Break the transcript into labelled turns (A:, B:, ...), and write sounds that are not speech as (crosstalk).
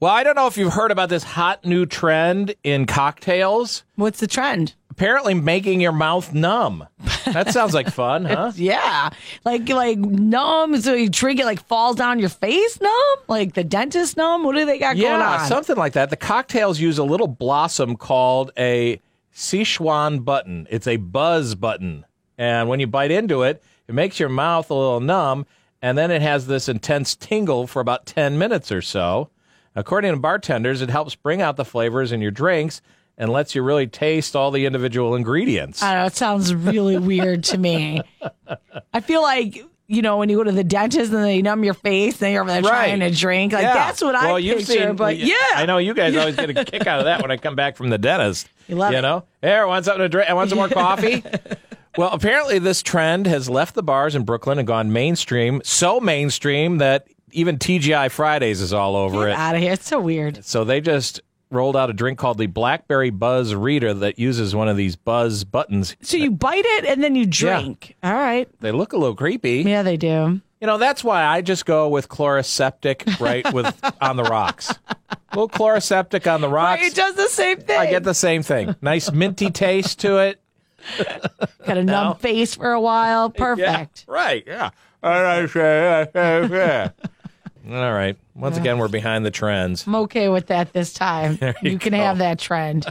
A: Well, I don't know if you've heard about this hot new trend in cocktails.
B: What's the trend?
A: Apparently, making your mouth numb. That sounds like fun, huh?
B: Yeah, like like numb. So you drink it, like falls down your face, numb. Like the dentist, numb. What do they got going
A: Yeah,
B: on?
A: something like that. The cocktails use a little blossom called a Sichuan button. It's a buzz button. And when you bite into it, it makes your mouth a little numb. And then it has this intense tingle for about 10 minutes or so. According to bartenders, it helps bring out the flavors in your drinks and lets you really taste all the individual ingredients.
B: I don't know. It sounds really weird to me. I feel like you know when you go to the dentist and they numb your face, and you're over there
A: Right.
B: trying to drink. Like
A: Yeah.
B: that's what
A: well,
B: I
A: you've
B: picture.
A: Seen,
B: but
A: well,
B: yeah,
A: I know you guys always
B: (laughs)
A: get a kick out of that when I come back from the dentist.
B: You love it.
A: know, here, want something to drink? I want some more
B: (laughs)
A: coffee. well, apparently this trend has left the bars in Brooklyn and gone mainstream, so mainstream that even TGI Fridays is all over it.
B: out of here. It's so weird.
A: So they just rolled out a drink called the Blackberry Buzz Reader that uses one of these buzz buttons.
B: So you bite it and then you drink. All right.
A: They look a little creepy.
B: Yeah, they do.
A: You know, that's why I just go with chloroseptic right
B: (laughs)
A: with on the rocks. A little chloroseptic on the rocks.
B: It does the same thing.
A: I get the same thing. Nice (laughs) minty taste to it.
B: Got a numb face for a while. Perfect.
A: Right. Yeah. (laughs) All right. Once again, we're behind the trends.
B: I'm okay with that this time. you, can have that trend.